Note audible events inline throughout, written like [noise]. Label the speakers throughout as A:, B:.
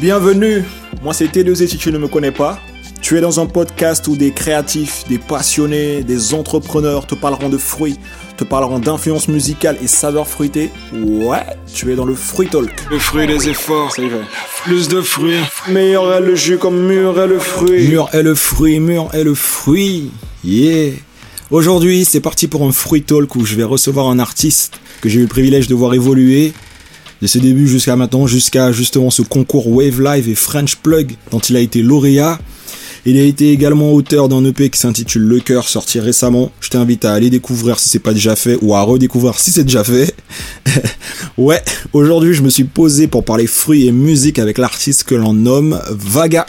A: Bienvenue, moi c'est T2Z si tu ne me connais pas. Tu es dans un podcast où des créatifs, des passionnés, des entrepreneurs te parleront de fruits, te parleront d'influence musicale et saveurs fruitées. Ouais, tu es dans le Fruit Talk.
B: Le fruit des efforts,
A: Ça y va.
B: plus de fruits.
A: Meilleur est le jus comme mûr est le fruit. Mûr est le fruit, mûr est le fruit. Yeah. Aujourd'hui, c'est parti pour un fruit talk où je vais recevoir un artiste que j'ai eu le privilège de voir évoluer de ses débuts jusqu'à maintenant, jusqu'à justement ce concours Wave Live et French Plug dont il a été lauréat. Il a été également auteur d'un EP qui s'intitule Le Cœur, sorti récemment. Je t'invite à aller découvrir si c'est pas déjà fait ou à redécouvrir si c'est déjà fait. [laughs] ouais, aujourd'hui je me suis posé pour parler fruits et musique avec l'artiste que l'on nomme Vaga.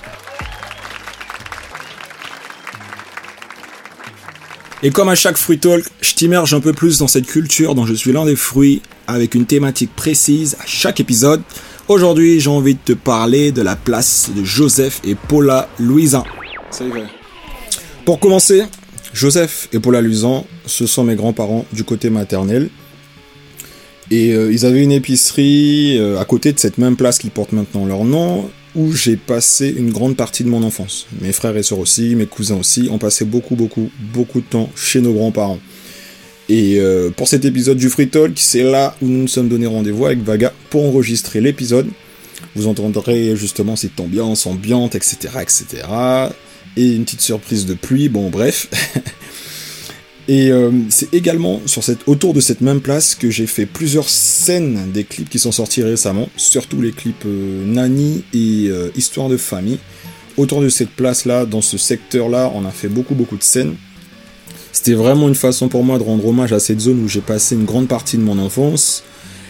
A: Et comme à chaque Fruit Talk, je t'immerge un peu plus dans cette culture dont je suis l'un des fruits, avec une thématique précise à chaque épisode. Aujourd'hui, j'ai envie de te parler de la place de Joseph et Paula Louisan.
B: Ça y va.
A: Pour commencer, Joseph et Paula Lusan, ce sont mes grands-parents du côté maternel. Et euh, ils avaient une épicerie euh, à côté de cette même place qui porte maintenant leur nom, où j'ai passé une grande partie de mon enfance. Mes frères et sœurs aussi, mes cousins aussi, on passait beaucoup, beaucoup, beaucoup de temps chez nos grands-parents. Et euh, pour cet épisode du Free Talk, c'est là où nous nous sommes donné rendez-vous avec Vaga pour enregistrer l'épisode. Vous entendrez justement cette ambiance ambiante, etc., etc et une petite surprise de pluie, bon bref. et euh, c'est également sur cette, autour de cette même place que j'ai fait plusieurs scènes des clips qui sont sortis récemment, surtout les clips euh, Nani et euh, Histoire de famille. Autour de cette place-là, dans ce secteur-là, on a fait beaucoup beaucoup de scènes. C'était vraiment une façon pour moi de rendre hommage à cette zone où j'ai passé une grande partie de mon enfance.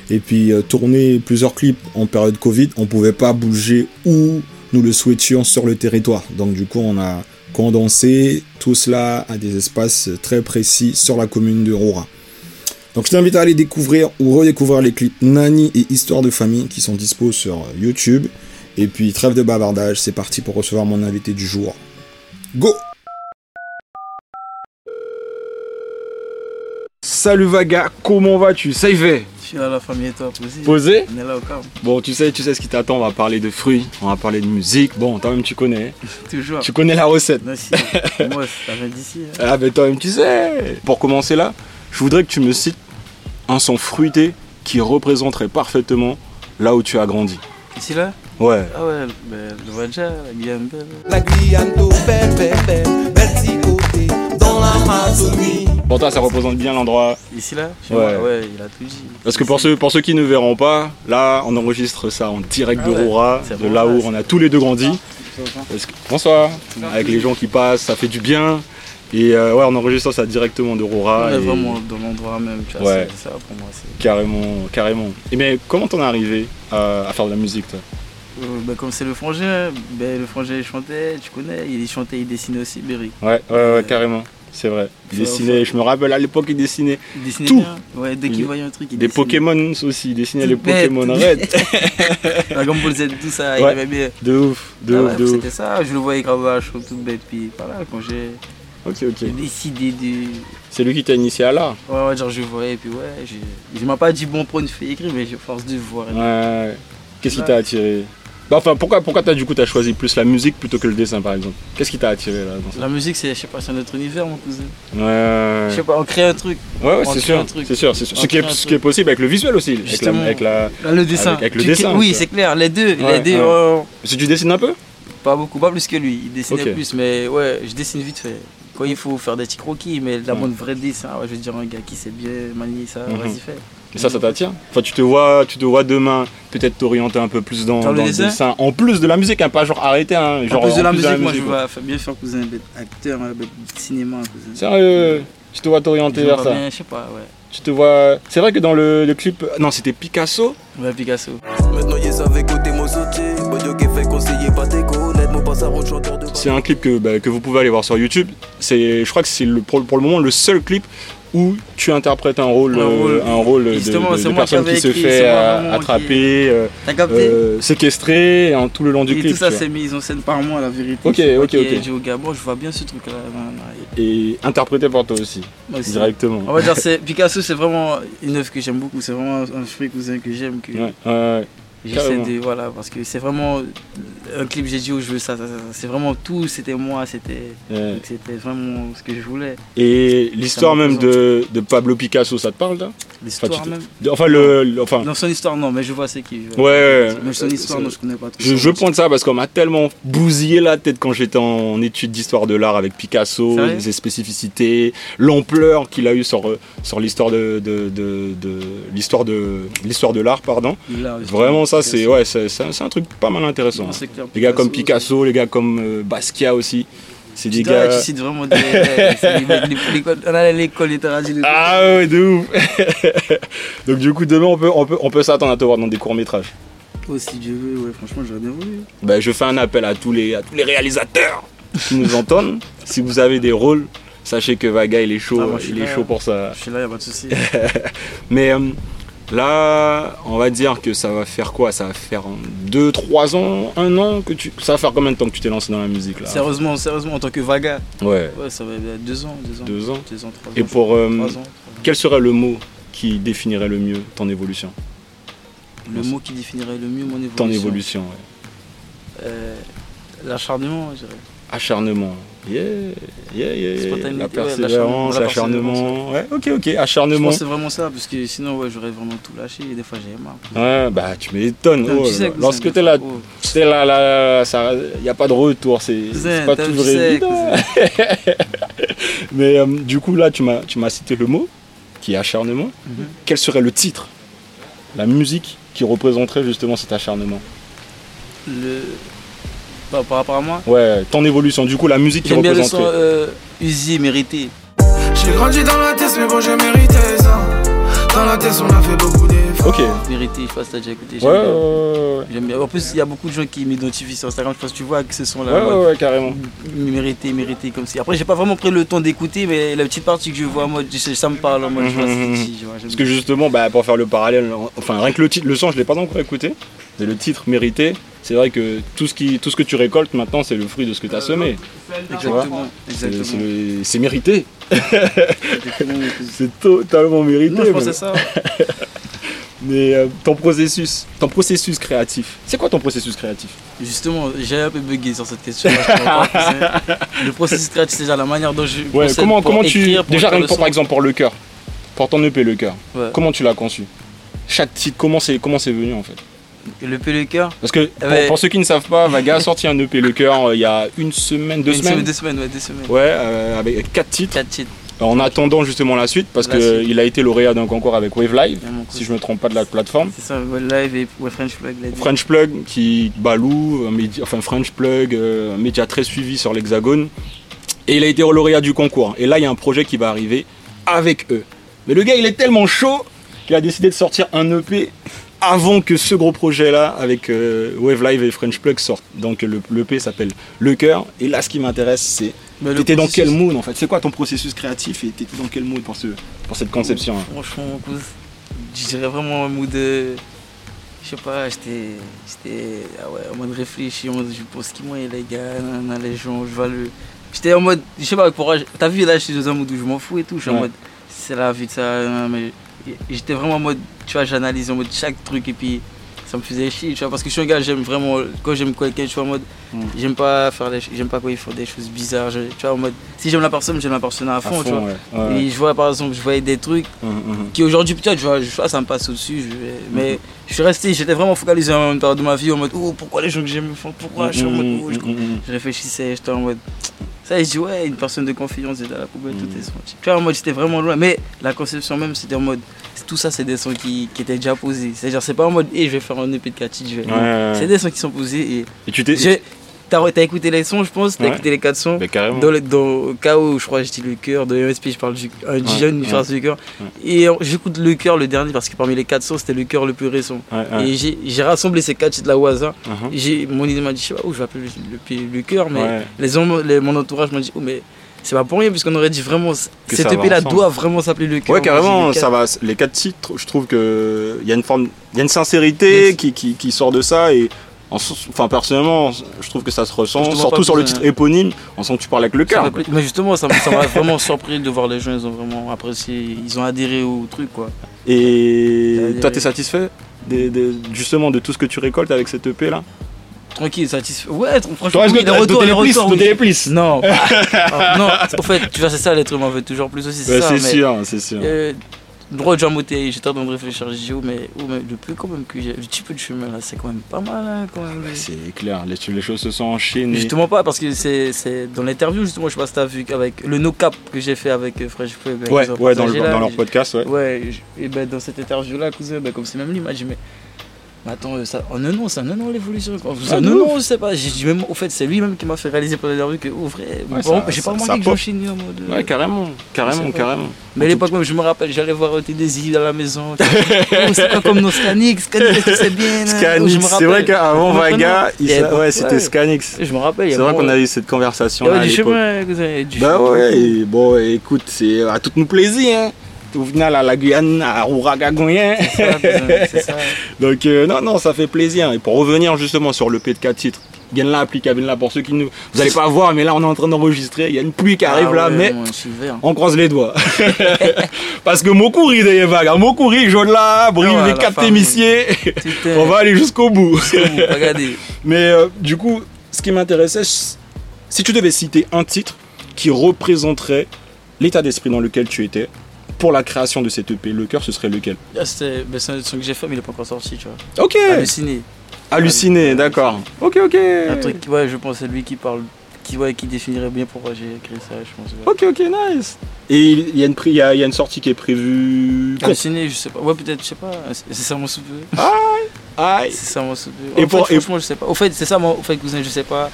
A: Et puis euh, tourner plusieurs clips en période Covid, on pouvait pas bouger où nous le souhaitions sur le territoire. Donc du coup, on a condensé tout cela à des espaces très précis sur la commune de Roura. Donc je t'invite à aller découvrir ou redécouvrir les clips Nani et Histoire de famille qui sont dispo sur YouTube. Et puis trêve de bavardage, c'est parti pour recevoir mon invité du jour. Go
B: Salut Vaga, comment vas-tu Ça y va.
C: Tu là, la famille est top aussi.
B: Posé
C: On est là au calme, [laughs]
B: Bon, tu sais, tu sais ce qui t'attend. On va parler de fruits, on va parler de musique. Bon, toi-même, tu connais. hein.
C: toujours.
B: Tu connais la recette.
C: Moi, si, moi, ça vient d'ici. hein.
B: Ah, ben toi-même, tu sais. Pour commencer là, je voudrais que tu me cites un son fruité qui représenterait parfaitement là où tu as grandi.
C: Ici, là
B: Ouais.
C: Ah ouais, ben, le Wadja, la Guyane belle.
D: La Guyane tout belle, belle, belle, belle petit côté dans l'Amazonie.
B: Pour toi, ça représente bien l'endroit.
C: Ici, là chez
B: Ouais.
C: moi, ouais, il a tout dit.
B: Parce que pour ceux, pour ceux qui ne verront pas, là, on enregistre ça en direct
C: Ah
B: de
C: ouais.
B: Roura,
C: C'est
B: de
C: bon,
B: là où
C: ouais,
B: on a tous les deux grandi. Parce que- bonsoir. Avec les gens qui passent, ça fait du bien. Et euh, ouais, on enregistre ça directement de
C: On
B: Roura.
C: est
B: et
C: vraiment dans l'endroit même, tu vois.
B: Ah, Ouais.
C: c'est- Ça, pour moi, c'est.
B: Carrément, carrément. Et mais comment t'en es arrivé à, à faire de la musique, toi
C: Euh, ben, comme c'est le frangin, ben, le frangin, il chantait, tu connais, il chantait, il dessinait aussi, Berry.
B: Ouais, ouais, ouais, carrément. C'est vrai. Il
C: Faut-
B: dessinait, je me rappelle à l'époque, il dessinait
C: Il dessinait
B: Tout.
C: bien. Ouais, dès qu'il
B: Il-
C: voyait un truc, il
B: des
C: dessinait.
B: Pokémon aussi, il dessinait
C: Tout
B: les
C: bête.
B: Pokémon. Arrête
C: [laughs] La Dragon Ball Z, tout ça, il
B: Ouais.
C: aimait bien.
B: De ouf, de
C: Ah
B: ouf,
C: ouais,
B: de ouf.
C: C'était ça, je le voyais cravache, toute bête, puis voilà, quand j'ai
B: Ok, ok.
C: j'ai décidé de.
B: C'est lui qui t'a initié à l'art.
C: Ouais, ouais, genre je voyais, et puis ouais, je, je m'a pas dit bon pour une feuille écrite, mais j'ai force de voir.
B: Ouais. Qu'est-ce qui t'a attiré Bah, Enfin, pourquoi, pourquoi t'as du coup t'as choisi plus la musique plutôt que le dessin par exemple Qu'est-ce qui t'a attiré là dans ça
C: La musique, c'est, je sais pas, c'est notre univers, mon cousin. Je
B: Ouais,
C: sais pas, on crée un truc.
B: ouais, ouais
C: on
B: c'est
C: crée
B: sûr,
C: un truc.
B: c'est sûr, c'est sûr.
C: On
B: Ce qui,
C: crée un
B: est, ce qui
C: truc.
B: est possible avec le visuel aussi, avec la-
C: Justement.
B: avec la,
C: Là, le dessin.
B: Avec- avec le
C: Tu
B: dessin,
C: crées- Oui,
B: ça.
C: c'est clair, les deux,
B: Ouais,
C: les deux,
B: ouais.
C: euh,
B: Parce que tu dessines un peu
C: pas beaucoup, pas plus que lui. Il dessinait
B: Ok.
C: plus, mais ouais, je dessine vite fait. Quand il faut faire des petits croquis, mais la
B: Ouais.
C: bonne vraie dessin, ouais, je veux dire, un gars qui sait bien manier ça,
B: Mhm.
C: vas-y, fais.
B: Et ça, ça t'attire Enfin, tu te vois, tu te vois demain peut-être t'orienter un peu plus dans,
C: Dans le dessin
B: En plus de la musique, hein, pas genre arrêter. Hein, genre,
C: en plus de la musique, moi,
B: musique,
C: je
B: quoi.
C: vais faire- bien faire cousin, bête acteur, hein, bête cinéma, cousin.
B: Sérieux Tu te vois t'orienter
C: Je
B: vers
C: vois
B: ça
C: bien, Je sais pas, ouais.
B: Tu te vois. C'est vrai que dans le, le clip. Non, c'était Picasso
C: Ouais, Picasso.
D: Maintenant, y'a avec côté mon sauté. Bodio qui fait conseiller pas tes connaître. Mon passe à route chanteur de
B: C'est un clip que, bah, que vous pouvez aller voir sur YouTube. C'est, je crois que c'est le, pour, pour le moment le seul clip où tu interprètes un rôle,
C: Un rôle.
B: euh, un rôle de,
C: Justement,
B: de-
C: c'est
B: de
C: moi
B: personne
C: qui
B: qui
C: avais
B: se
C: écrit,
B: fait
C: c'est moi
B: euh,
C: vraiment qui-
B: attraper, euh,
C: T'as capté
B: euh, séquestrer hein, tout le long du
C: et
B: clip.
C: tout ça
B: tu vois.
C: c'est mis en scène par moi la vérité.
B: Ok,
C: C'est moi
B: ok,
C: qui ai
B: ok.
C: dit au gars, bon, je vois bien ce truc là. voilà, voilà. Et
B: Et interprété par toi aussi,
C: moi aussi.
B: directement.
C: On va dire c'est Picasso c'est vraiment une œuvre que j'aime beaucoup, c'est vraiment un fruit cousin que j'aime que
B: Ouais, ouais, ouais.
C: J'essaie
B: Carrément.
C: de. Voilà, parce que c'est vraiment. Un clip, j'ai dit où je veux ça, ça, ça, ça. C'est vraiment tout, c'était moi, c'était.
B: Ouais.
C: donc C'était vraiment ce que je voulais.
B: Et l'histoire
C: me
B: même de, de Pablo Picasso, ça te parle là
C: L'histoire
B: tu-
C: même.
B: Enfin, le, le- enfin
C: Dans son histoire, non, mais je vois c'est qui. je vois.
B: ouais.
C: Mais son histoire,
B: c'est-
C: non, je connais pas trop.
B: Je, je pointe ça parce qu'on m'a tellement bousillé la tête quand j'étais en études d'histoire de l'art avec Picasso,
C: Sérieux
B: ses spécificités, l'ampleur qu'il a eu sur, euh, sur l'histoire de, de, de- de- l'histoire de l'histoire de l'art, pardon.
C: Il a-
B: Vraiment ça c'est ouais c'est c'est un, c'est un truc pas mal intéressant.
C: Non, c'est clair,
B: Les gars comme Picasso, les gars comme euh, Basquiat aussi, c'est des
C: Tu dois-
B: gars. euh,
C: tu cites vraiment des. c'est les mecs, les- l'école- On allait à l'école, les Taraji, les-
B: Ah ouais de ouf. [laughs] Donc du coup demain on peut on peut on peut s'attendre à te voir dans des courts métrages.
C: Oh, si Dieu veut, ouais, franchement, j'aurais bien voulu.
B: Ben, je fais un appel à tous les, à tous les réalisateurs qui nous entendent. [laughs] si vous avez des rôles, sachez que Vaga il est chaud,
C: Ah, moi, je suis
B: il est
C: là.
B: chaud pour ça.
C: Je suis là, y a pas de souci.
B: Mais euh, là, on va dire que ça va faire quoi Ça va faire 2, 3 ans, 1 an que tu... Ça va faire combien de temps que tu t'es lancé dans la musique là
C: Sérieusement, sérieusement, en tant que vaga,
B: Ouais,
C: ouais, ça va être deux ans, deux ans.
B: 2 ans.
C: Deux ans, trois ans.
B: Et pour... euh,
C: trois ans, trois ans.
B: quel serait le mot qui définirait le mieux ton évolution
C: Le mot qui définirait le mieux mon évolution.
B: Ton évolution, ouais.
C: Euh, L'acharnement, je dirais.
B: Acharnement. Yeah, yeah, yeah, yeah.
C: Spontanéité,
B: La
C: ouais,
B: persévérance,
C: l'acharnement,
B: l'acharnement. Ouais, ok, ok,
C: Je
B: acharnement.
C: pense que c'est vraiment ça, parce que sinon, ouais, j'aurais vraiment tout lâché et des fois, j'ai marre.
B: Ouais, bah tu m'étonnes.
C: Putain,
B: oh
C: tu
B: là
C: sais
B: là.
C: que
B: Lorsque
C: c'est-
B: t'es là,
C: oh,
B: t'es là, là, ça, y a pas de retour, c'est c'est
C: Zen,
B: pas
C: t'as- tu
B: toujours
C: sais que
B: évident.
C: c'est-
B: Mais euh, du coup là, tu m'as, tu m'as cité le mot, qui est acharnement.
C: Mhm.
B: Quel serait le titre, la musique qui représenterait justement cet acharnement
C: le... par, par rapport à moi,
B: Ouais, ton évolution. Du coup, la musique qui
C: j'aime bien le son
B: représenterait.
C: euh, Uzi mérité.
E: J'ai grandi dans la tête, mais bon, j'ai mérité ça. Dans la tête, on a fait beaucoup d'efforts.
B: Ok. Ouais,
C: Mérité, je sais pas si t'as déjà écouté.
B: ouais,
C: j'aime
B: ouais,
C: bien.
B: ouais,
C: J'aime bien. En plus, il y a beaucoup de gens qui m'identifient sur Instagram. Je pense que tu vois que ce sont là.
B: ouais, ouais, ouais, carrément.
C: Mérité, mérité comme si. Après, j'ai pas vraiment pris le temps d'écouter, mais la petite partie que je vois, moi, je sais, ça me parle. Moi, je vois ce que tu dis, je vois, j'aime
B: Mhm, Parce que justement, bah, pour faire le parallèle, en- enfin rien que le titre, le son, je l'ai pas encore écouté, mais le titre mérité, c'est vrai que tout ce, qui, tout ce que tu récoltes maintenant, c'est le fruit de ce que tu as semé.
C: bien.
B: tu vois.
C: Exactement.
B: C'est- C'est
C: Euh, Exactement.
B: le- c'est mérité.
C: exactement.
B: [laughs] C'est totalement mérité.
C: Non, je pense
B: mais-
C: à ça.
B: Mais euh, ton processus, ton processus créatif. C'est quoi ton processus créatif
C: Justement, j'ai un peu bugué sur cette question. je te l'entends, tu
B: [laughs]
C: sais. le processus créatif, c'est déjà la manière dont je.
B: Ouais,
C: procède
B: comment,
C: pour
B: comment tu
C: écrire, pour
B: déjà
C: faire
B: rien
C: le
B: que pour,
C: son.
B: par exemple pour le cœur, pour ton EP le cœur.
C: Ouais.
B: Comment tu l'as conçu Chaque titre, comment c'est comment c'est venu en fait
C: Le P le cœur.
B: Parce que pour,
C: Ouais.
B: pour ceux qui ne savent pas, Vaga a sorti un EP le cœur euh, il y a une semaine, deux
C: Une
B: semaines.
C: semaine, deux semaines, ouais, deux semaines.
B: Ouais, euh, avec quatre titres.
C: Quatre titres.
B: En attendant justement la suite, parce
C: La suite.
B: qu'il a été lauréat d'un concours avec Wave Live,
C: Ah, mon coup.
B: si je me trompe pas de la plateforme.
C: C'est ça, ouais, live et ouais, French Flag. là, des-
B: French Plug, qui Balou, un média- enfin French Plug, euh, un média très suivi sur l'Hexagone. Et il a été lauréat du concours. Et là, il y a un projet qui va arriver avec eux. Mais le gars, il est tellement chaud qu'il a décidé de sortir un EP avant que ce gros projet-là avec euh, Wave Live et French Plug sorte. Donc le l'EP s'appelle Le Cœur. Et là, ce qui m'intéresse, c'est
C: Mais le
B: T'étais dans
C: processus-
B: quel mood en fait C'est quoi ton processus créatif et t'étais dans quel mood pour, ce, pour cette conception hein
C: Franchement, mon cousin, je dirais vraiment un mood. euh, Je sais pas, j'étais. J'étais. Ah ouais, en mode réfléchi, en mode je pense qui moi et les gars, nanana, les gens, je vais le. J'étais en mode. Je sais pas, courage. T'as vu là, je suis dans un mood où je m'en fous et tout. Je suis
B: Ouais.
C: en mode. C'est la vie de ça, nanana, mais. J'étais vraiment en mode. Tu vois, j'analyse en mode chaque truc et puis. Ça me faisait chier, tu vois, parce que je suis un gars, j'aime vraiment. Quand j'aime quelqu'un, je suis en mode.
B: Mm.
C: J'aime pas faire les. J'aime pas quand ils font des choses bizarres. je- tu vois, en mode. Si j'aime la personne, j'aime la personne à
B: À
C: fond, tu vois.
B: ouais. Ouais, ouais.
C: Et je vois par exemple, je voyais des trucs
B: Hum, hum,
C: qui aujourd'hui, putain, tu vois, je, vois, ça me passe au-dessus. je vais- Mais je suis resté, j'étais vraiment focalisé en une période de ma vie en mode, oh, pourquoi les gens que j'aime me font, pourquoi je suis en
B: hum.
C: mode, oh, je,
B: Hum, hum, hum.
C: je réfléchissais, j'étais en mode, ça, et je dis, ouais, une personne de confiance, j'étais à la poubelle, tout
B: Mhm.
C: est sorti. Tu vois, en mode, j'étais vraiment loin. Mais la conception même, c'était en mode, tout ça, c'est des sons qui, qui étaient déjà posés. C'est-à-dire, c'est pas en mode, et je vais faire un EP de 4 titres, je vais.
B: Ouais,
C: Non.
B: ouais,
C: C'est
B: ouais.
C: des sons qui sont posés. Et
B: Et tu t'es.
C: j'ai- t'as, re- t'as écouté les sons, je pense, t'as
B: Ouais. Bah,
C: écouté les 4 sons.
B: Mais carrément.
C: Dans le, dans le cas où je crois que je dis le cœur, de MSP je parle du un jeune, une
B: ouais.
C: phrase du cœur.
B: Ouais.
C: Et euh, j'écoute le cœur le dernier parce que parmi les 400 c'était le cœur le plus récent.
B: Ouais, ouais.
C: Et j'ai j'ai rassemblé ces quatre titres là au hasard.
B: Uhum.
C: J'ai- Mon idée m'a dit, je sais pas où je vais appeler le, le, le cœur, mais
B: Ouais.
C: les, gens- les- mon entourage m'a dit, oh mais c'est pas pour rien puisqu'on aurait dit vraiment,
B: Que
C: cette
B: ça va
C: EP là
B: ensemble.
C: doit vraiment s'appeler le cœur.
B: Ouais, carrément,
C: J'ai dit,
B: ça va. Les quatre titres, je trouve que il y a une forme, il y a une sincérité
C: Yes.
B: qui, qui, qui sort de ça et en sens- enfin personnellement, je trouve que ça se
C: Je
B: ressent,
C: te vois
B: surtout
C: pas
B: sur le
C: plus,
B: titre
C: hein.
B: éponyme. On sent que tu parles avec le
C: Ça
B: cœur.
C: m'a
B: quoi.
C: plu- Mais justement, ça m'a ça
B: [laughs]
C: m'a vraiment surpris de voir les gens, ils ont vraiment apprécié, ils ont adhéré au truc quoi.
B: Et
C: C'est-à-dire-
B: toi, t'es satisfait des- des- justement de tout ce que tu récoltes avec cette EP là
C: Tranquille, satisfait. Ouais, tr- franchement,
B: Toi, est-ce
C: oui,
B: que
C: les
B: t'as
C: retours,
B: donné
C: les
B: les plus,
C: retours.
B: donné
C: oui.
B: les plus
C: Non,
B: [laughs]
C: Ah, non, au fait, tu vois, c'est ça l'être humain veut toujours plus aussi, c'est
B: Ouais,
C: ça.
B: Bah, C'est
C: mais,
B: sûr, c'est sûr.
C: euh, droit de jamboter, j'étais en train de réfléchir, je dis, oh, mais, oh, mais le peu quand même que j'ai, le petit peu de chemin là, c'est quand même pas mal hein, quand même.
B: C'est clair, les, les choses se sont enchaînées.
C: Justement pas, parce que c'est, c'est dans l'interview, justement, je sais pas si t'as vu, avec le no cap que j'ai fait avec euh, Fresh Feu. ben,
B: ouais,
C: ils ont
B: ouais, dans, le-
C: partagé, là,
B: dans leur
C: je-
B: podcast, ouais.
C: Ouais, et ben dans cette interview-là, cousin, ben, comme c'est même l'image, j'ai dit, mais, mais attends, euh, ça, en un an, c'est un an l'évolution. quoi. C'est
B: Ah,
C: un
B: de
C: an,
B: ouf.
C: je sais pas. J'ai dit même, au fait, c'est lui-même qui m'a fait réaliser pour l'interview que, oh, vrai, bon,
B: ça-
C: j'ai
B: ça-
C: pas
B: ça
C: remarqué que
B: pop.
C: j'enchaînais en mode. euh,
B: Ouais, carrément,
C: C'est
B: carrément,
C: vrai.
B: carrément.
C: mais à l'époque, même, je me rappelle, j'allais voir euh, Tennessee à la maison. tu
B: [laughs]
C: vois. Oh, c'est pas comme nos Scanix, Scanix, c'est bien. hein. Oh, je me
B: Scanix, c'est
C: rappelle.
B: vrai qu'avant
C: Je me rappelle,
B: Vaga,
C: non.
B: il
C: Il y
B: s'a-
C: avait-
B: ouais, c'était
C: ouais.
B: Scanix.
C: Je me rappelle, il y
B: C'est
C: a
B: vrai
C: vraiment-
B: qu'on a eu cette conversation
C: il y
B: là
C: avait
B: à
C: du
B: l'époque.
C: chemin, cousin. du
B: Bah
C: chemin.
B: ouais, et bon, écoute, c'est à tout nous plaisir. Hein. Au final, à la Guyane, à Rouragagoyen.
C: C'est ça, Ah, cousin, c'est ça.
B: Donc, euh, non, non, ça fait plaisir. Et pour revenir justement sur le P de 4 titres, Gain là, applique à là pour ceux qui nous. Vous allez pas voir, mais là, on est en train d'enregistrer. Il y a une pluie qui [laughs] arrive
C: Ah
B: là,
C: ouais,
B: mais
C: moi, je suis vert.
B: on croise les doigts. [laughs] Parce que Mokuri, des vagues. hein. Mokuri, jaune là, brive
C: Ah ouais,
B: les
C: la
B: captes
C: femme. [laughs]
B: émissiers.
C: Putain.
B: On va aller jusqu'au bout.
C: Regardez.
B: Mais euh, du coup, ce qui m'intéressait, c- si tu devais citer un titre qui représenterait l'état d'esprit dans lequel tu étais pour la création de cette EP, le cœur, ce serait lequel
C: Ah, c'était- ben, C'est un son que j'ai fait, mais il est pas encore sorti, tu vois.
B: Ok
C: Halluciné.
B: Halluciné, d'accord. Ok, ok.
C: Un truc, ouais, je pense c'est lui qui parle, qui, ouais, qui définirait bien pourquoi j'ai écrit ça, je pense. ouais.
B: Ok, ok, nice. Et il y, a une pré- il y a, il y a une sortie qui est prévue. quand
C: Halluciné, je sais pas. Ouais, peut-être, je sais pas. Ah, C'est c'est ça mon soupeux.
B: Aïe.
C: [laughs] Ah, C'est ça mon soupeux.
B: Ah, Et
C: Et
B: pour-
C: pour,
B: et-
C: franchement, je sais pas. Au fait, c'est ça mon au fait, cousin, je sais pas.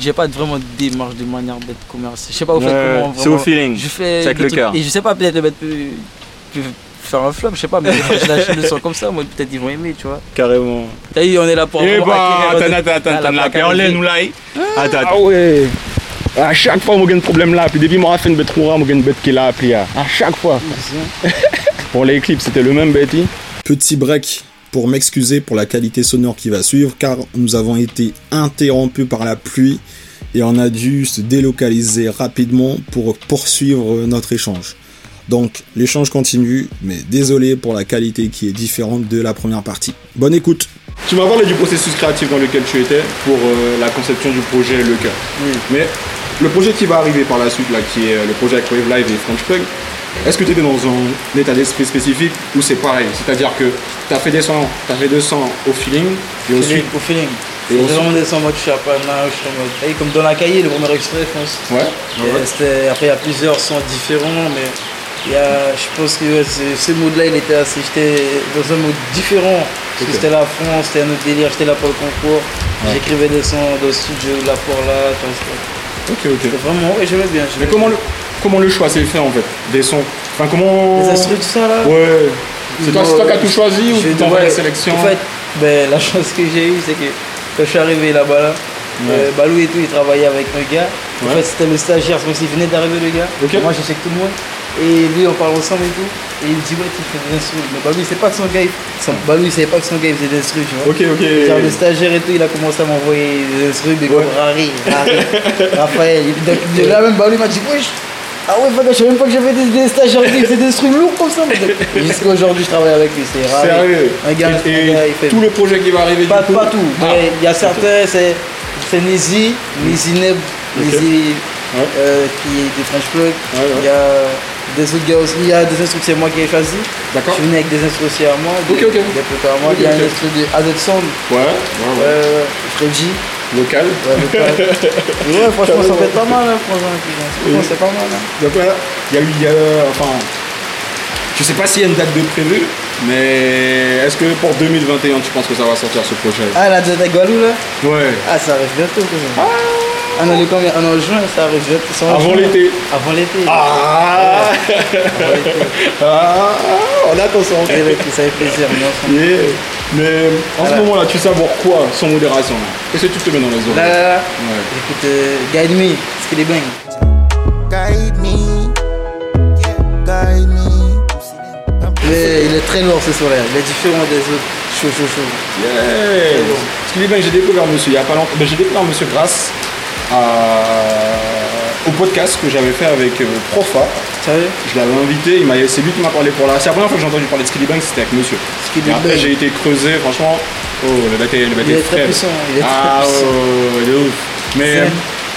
C: J'ai pas vraiment de démarche de manière d'être commercial. Je sais pas au fait
B: Ouais,
C: comment
B: C'est au
C: vraiment.
B: feeling.
C: Je fais.
B: C'est avec
C: des
B: le
C: trucs-
B: cœur.
C: Et je sais pas, peut-être le bête peut, peut faire un flop, je sais pas,
B: [laughs]
C: mais je lâche le son comme ça, moi, peut-être ils vont aimer, tu vois.
B: Carrément.
C: T'as vu, on est là pour.
B: Eh
C: vraiment
B: bah,
C: acquérir-
B: attends,
C: Ah,
B: attends, attends,
C: la
B: attends, la
C: plaque à
B: perle,
C: lever.
B: nous là. Attends, attends. Ah ouais. À chaque fois, on a un problème là. Puis depuis, on a fait une bête roura, on a une bête qui est là. Puis euh, à à chaque fois. [laughs] Pour les clips, c'était le même Betty.
A: Petit break pour m'excuser pour la qualité sonore qui va suivre car nous avons été interrompus par la pluie et on a dû se délocaliser rapidement pour poursuivre notre échange. Donc l'échange continue mais désolé pour la qualité qui est différente de la première partie. Bonne écoute
B: Tu m'as parlé du processus créatif dans lequel tu étais pour euh, la conception du projet Le Cœur. Mais le projet qui va arriver par la suite, là, qui est euh, le projet avec Wave Live et French Pug, est-ce que tu étais dans un état d'esprit spécifique ou c'est pareil C'est-à-dire que tu as fait des sons, t'as fait des sons au feeling, et ensuite.
C: au feeling.
B: Et
C: Et
B: ensuite-
C: vraiment des sons, moi, je suis à Pana, je suis en mode. Hey, comme dans la cahier, le premier extrait, je pense.
B: Ouais, ouais,
C: Et
B: ouais.
C: c'était- Après, il y a plusieurs sons différents, mais il y a, je pense que ouais, ce, ce mood-là, il était assez. J'étais dans un mood différent. Parce
B: Ok.
C: que c'était la France, c'était un autre délire, j'étais là pour le concours. J'écrivais des sons dans le studio, là pour là. tu vois, c'était-
B: Ok, ok.
C: c'était Vraiment, ouais, j'aimais bien.
B: Mais
C: j'aimais
B: comment
C: bien.
B: le, comment le choix s'est fait en fait Des sons Enfin, comment.
C: Les instrus, tout ça, là
B: Ouais. C'est toi,
C: Non,
B: c'est toi qui
C: euh,
B: as tout choisi
C: Je
B: ou t'envoies
C: devrais-
B: la sélection
C: En fait, ben, la chance que j'ai eue, c'est que quand je suis arrivé là-bas, là, euh, Balou et tout, il travaillait avec un gars. En
B: Ouais.
C: fait, c'était le stagiaire, parce qu'il venait d'arriver le gars.
B: Ok.
C: Moi, j'étais avec tout le monde. Et lui, on parle ensemble et tout. Et il me dit, ouais, tu fais des instrus. Mais Balou, il sait pas que son gars, il- son- Balou, il savait pas que son gars, il faisait des instrus, tu vois.
B: Ok, ok.
C: Genre, le stagiaire et tout, il a commencé à m'envoyer des instrus, des comme Rari, [laughs] Rari, Raphaël. Et puis, donc, de là, même Balou, il m'a dit, wesh. Ah ouais, fuck, je savais même pas que j'avais des, des stagiaires qui faisaient des instrus lourds comme ça. mais donc, [laughs] Jusqu'à aujourd'hui, je travaille avec lui, c'est Rari.
B: Sérieux
C: Un gars,
B: Et- et
C: un gars, il fait-
B: tout le projet qui va arriver
C: Pas,
B: du coup
C: pas tout,
B: Ah,
C: mais il y a certains, c'est c'est Nizi, Nizi Neb, Nizi
B: Ouais.
C: euh, qui est des French Plug.
B: Ouais, ouais.
C: Il y a des autres gars aussi, il y a des instruments, c'est moi qui ai choisi. Je
B: D'accord
C: suis venu avec des instruments aussi à moi, des,
B: Ok, ok.
C: des potes à moi.
B: Ok,
C: il y a
B: ok.
C: un instru de AZ Sound,
B: Ouais, ouais, ouais.
C: euh, Freddy.
B: Local.
C: Ouais, donc, ouais. Et [laughs] ouais, franchement, ça fait pas mal, hein, franchement. Franchement, c'est pas mal. hein.
B: Donc là, il y a eu, il y a- enfin, je sais pas s'il y a une date de prévu, mais est-ce que pour 2021, tu penses que ça va sortir ce projet
C: Ah, la date avec Gualou, là
B: Ouais.
C: Ah, ça arrive bientôt, quand même. Ah non, le combien Ah non, en juin, ça arrive bientôt. c'est en
B: Avant
C: juin.
B: l'été.
C: Avant l'été.
B: Ah,
C: Avant l'été.
B: [laughs] ah, on attend ça.
C: Et ouais, puis ça fait plaisir, mais enfin.
B: Yeah. Mais en ce
C: Voilà.
B: moment-là, tu savoures quoi sans modération là Qu'est-ce que tu te mets dans les
C: Là,
B: oreilles
C: là, là,
B: Ouais.
C: j'écoute euh, Guide Me, Skilly Bang.
F: guide me, guide me.
C: Mais il est très noir ce soir-là, il est différent des autres. Chaud, chaud, chaud.
B: Yeah.
C: bon.
B: Parce que eh ben, j'ai découvert monsieur il y a pas longtemps. ben, j'ai découvert monsieur grâce à- au podcast que j'avais fait avec euh, Profa.
C: Sérieux
B: Je l'avais invité, il m'a- c'est lui qui m'a parlé pour la. C'est la première fois que j'ai entendu parler de Skilly Bang, c'était avec monsieur.
C: Skilly
B: Et après,
C: Bang.
B: j'ai été creusé, franchement. Oh, le mec est, le mec
C: Il
B: est
C: est très
B: frêle.
C: puissant, il est très
B: ah,
C: puissant.
B: oh, il est ouf. Mais euh,
C: Zen.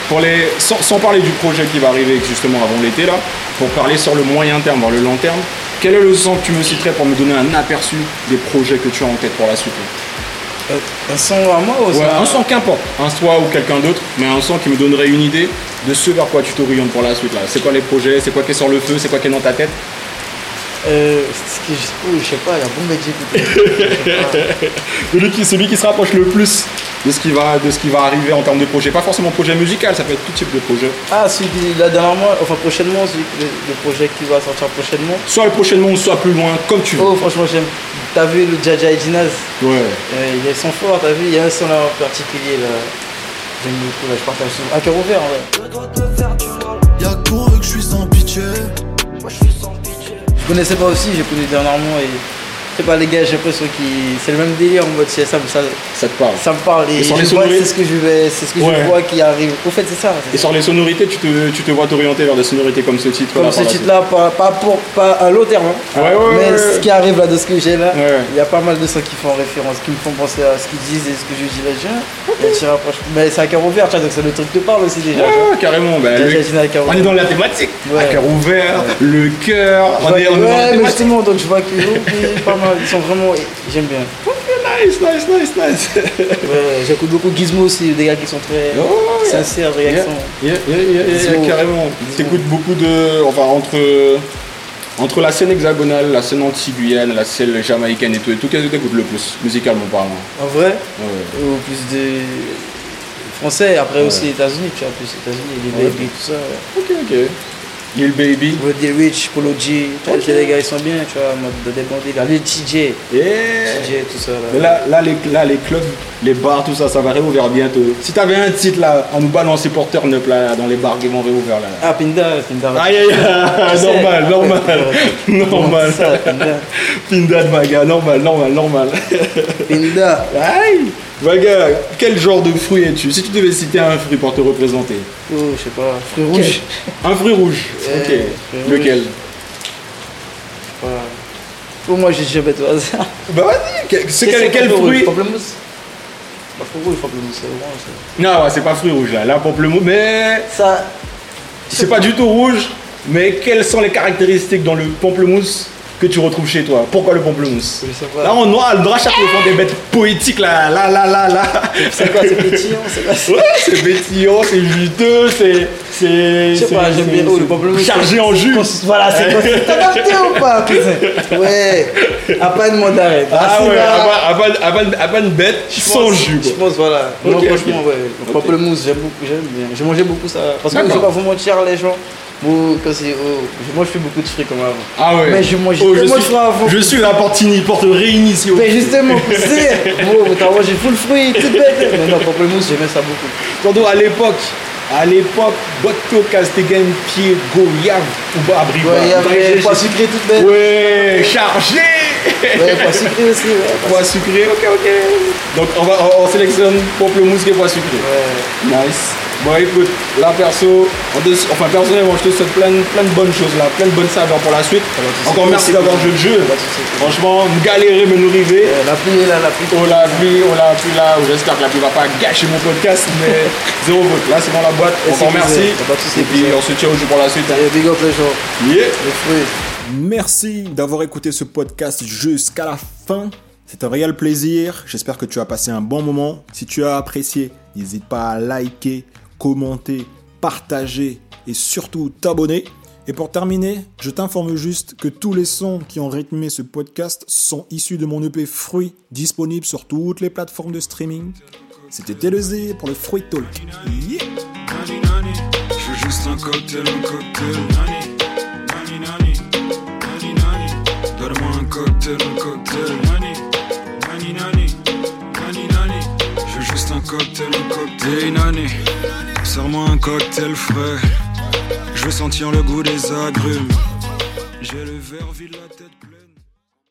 B: pour les, sans, sans parler du projet qui va arriver justement avant l'été, là, pour parler sur le moyen terme, voire le long terme, quel est le son que tu me citerais pour me donner un aperçu des projets que tu as en tête pour la suite
C: Euh, Un son à moi ou
B: Ouais,
C: ça
B: un son qu'importe, un toi ou quelqu'un d'autre, mais un son qui me donnerait une idée de ce vers quoi tu t'orientes pour la suite là. C'est quoi les projets, c'est quoi qui est sur le feu, c'est quoi qui est dans ta tête.
C: Euh, ce que je... ouh, je sais pas, il y a bon mec que j'écoute.
B: Celui qui, celui qui se rapproche le plus de ce qui va, de ce qui va arriver en termes de projet. Pas forcément projet musical, ça peut être tout type de projet.
C: Ah, celui qui, là dernièrement, enfin prochainement, celui, le, le projet qui va sortir prochainement.
B: Soit prochainement ou soit plus loin, comme tu veux.
C: Oh, franchement, j'aime. T'as vu le Jaja et Dinaz
B: Ouais.
C: Euh, Il y a son fort, t'as vu Il y a un son là en particulier là. J'aime beaucoup, là, je partage souvent. À cœur ouvert en vrai.
D: Y'a pour eux que je suis en pitié.
C: Je connaissais pas aussi, j'ai connu dernièrement et. Je sais pas, les gars, j'ai l'impression que c'est le même délire en mode ça, ça, ça,
B: Ça te parle.
C: ça me parle et,
B: Et sans
C: je
B: les
C: vois,
B: sonoris-
C: c'est ce que je vais, c'est ce que
B: Ouais.
C: je vois qui arrive. Au fait, c'est ça. c'est
B: Et sur les sonorités, tu te, tu te vois t'orienter vers des sonorités comme ce titre
C: Comme ce titre-là, pas, pas pour, pas à long terme, hein.
B: Ouais, ouais,
C: mais
B: ouais,
C: ce
B: ouais.
C: qui arrive là de ce que j'ai là, il
B: Ouais.
C: y a pas mal de sons qui font référence, qui me font penser à ce qu'ils disent et ce que je dis là déjà. Il y a un petit rapprochement. Mais c'est à cœur ouvert, tu vois, donc c'est le truc qui te parle aussi déjà.
B: Ouais,
C: tu vois.
B: ouais, carrément. bah,
C: Déjà,
B: le-
C: j'ai dit à cœur
B: On est
C: ouvert.
B: dans la thématique.
C: Ouais.
B: À cœur ouvert, le cœur.
C: Je
B: On
C: vois
B: est,
C: que-
B: on est dans la
C: ouais, mais
B: thématique.
C: justement, donc je vois que oh, ok, pas mal, ils sont vraiment, j'aime bien.
B: Nice, nice, nice, nice.
C: Ouais, J'écoute beaucoup Gizmo aussi, des gars qui sont très
B: Oh, yeah.
C: sincères, des gars qui
B: Yeah,
C: sont-
B: yeah, yeah, yeah, yeah,
C: Disons-
B: carrément. T'écoutes beaucoup de. Enfin, entre. Entre la scène hexagonale, la scène antiguienne, la scène jamaïcaine et tout, et tout, qu'est-ce que t'écoutes le plus, musicalement parlant
C: En vrai,
B: Ouais.
C: ou plus de français, après aussi les États-Unis, tu vois, plus les États-Unis, les
B: Ouais.
C: baby, tout ça. ouais.
B: Ok, ok. Lil Baby.
C: Roddy Rich, Polo G, tu vois, les gars ils sont bien, tu vois, en mode de dépendre, les gars, les TJ,
B: Yeah.
C: TJ, tout ça
B: Eh. Mais
C: là.
B: là, là, les, là, les clubs, les bars, tout ça, ça va réouvrir bientôt. Si t'avais un titre là, à nous balancer pour turn up là, dans les bars qui vont réouvrir là.
C: Ah, Pinda, Pinda.
B: Aïe [laughs] aïe aïe,
C: sais.
B: normal,
C: [laughs]
B: normal, normal.
C: C'est ça,
B: [laughs]
C: Pinda.
B: Pindad Vaga, normal, normal, normal.
C: Pinda.
B: Aïe Vaga, quel genre de fruit es-tu Si tu devais citer un fruit pour te représenter.
C: Oh, je sais pas, fruit rouge. Je sais
B: Un fruit rouge.
C: Euh,
B: ok.
C: fruit
B: Lequel
C: rouge. pas. Pour Oh, moi, j'ai jamais tout hasard.
B: Bah vas-y, que-
C: [laughs]
B: c'est quel, quel fruit
C: Pamplemousse. Pas fruit rouge, pamplemousse, c'est orange. ça.
B: Non, ouais, c'est pas fruit rouge là, là pamplemousse, mais
C: Ça,
B: c'est pas du tout rouge. Mais quelles sont les caractéristiques dans le pamplemousse que tu retrouves chez toi Pourquoi le pamplemousse
C: je sais
B: Là
C: pas.
B: on noie le drachat le fond des bêtes poétiques là, là, là, là, là.
C: C'est quoi, c'est pétillant, c'est quoi c'est-
B: Ouais, c'est pétillant, c'est juteux, c'est. c'est-
C: Je sais pas,
B: c'est-
C: j'aime
B: c'est-
C: bien. Oh, le
B: c'est
C: pamplemousse.
B: Chargé en jus.
C: Voilà, c'est quoi c'est- T'as capté ou pas,
B: [laughs]
C: putain Ouais, à pas de mandarin.
B: Ah ouais,
C: Racina.
B: à pas, à pas- à pas une bête
C: Je
B: sans
C: pense-
B: jus.
C: Je
B: quoi.
C: pense, voilà. non,
B: Ok,
C: franchement,
B: ok.
C: ouais. Le
B: Ok.
C: pamplemousse, j'aime beaucoup, j'aime bien. J'ai mangé beaucoup ça. Parce que je
B: D'accord.
C: vais pas vous mentir, les gens. Bon, quand c'est. oh, je mange plus beaucoup de fruits comme avant.
B: Ah ouais.
C: Mais je mange
B: Oh, je,
C: tellement de
B: suis,
C: fruits avant.
B: je suis la Pantini pour te réinitier.
C: Mais [laughs] justement, pour c'est. Bon, t'as mangé full fruit, tout bête. Non, non, pamplemousse, j'aimais ça beaucoup.
B: Tandis à l'époque, à l'époque, Botto Castegen, Pied, Goyave ou Abriba.
C: Ouais, il y
B: Ouais,
C: avait
B: j'ai-
C: pas sucré, tout bête.
B: Ouais, chargé
C: Ouais, pas sucré aussi, ouais.
B: Poids sucré, ok, ok. Donc on, va, on, on sélectionne pamplemousse et poids sucré.
C: Ouais.
B: Nice. Bon écoute, là perso, en deux- enfin personnellement je te souhaite plein, plein de bonnes choses là, plein de bonnes saveurs pour la suite.
C: va,
B: Encore
C: c'est-
B: merci
C: c'est-
B: d'avoir joué le jeu.
C: Pas de soucis.
B: Franchement, me galérer, me Oh nous river.
C: Euh, La pluie est là, la pluie.
B: On l'a vu, on l'a vu là, j'espère que la pluie va pas gâcher mon podcast, mais zéro vote. Là c'est dans la boîte,
C: Et
B: on
C: c'est
B: t'en remercie.
C: plaisir. Pas de soucis,
B: Et puis
C: plaisir.
B: on se tient au jeu pour la suite. hein.
C: Et big up les gens,
B: Yeah.
C: les fruits.
B: Merci d'avoir écouté ce podcast jusqu'à la fin. C'est un réel plaisir. J'espère que tu as passé un bon moment. Si tu as apprécié, n'hésite pas à liker, commenter, partager et surtout t'abonner. Et pour terminer, je t'informe juste que tous les sons qui ont rythmé ce podcast sont issus de mon EP Fruit, disponible sur toutes les plateformes de streaming. C'était T2Z pour le Fruit Talk. Yeah.
G: Nani nani, je veux juste un cocktail, un cocktail. Nani, nani nani, nani nani, donne-moi un cocktail, un cocktail. Nani, nani nani, nani nani, je veux juste un cocktail, un cocktail. Hey nani, sers-moi un cocktail frais. Je veux sentir le goût des agrumes. J'ai le verre vide la tête. pleine.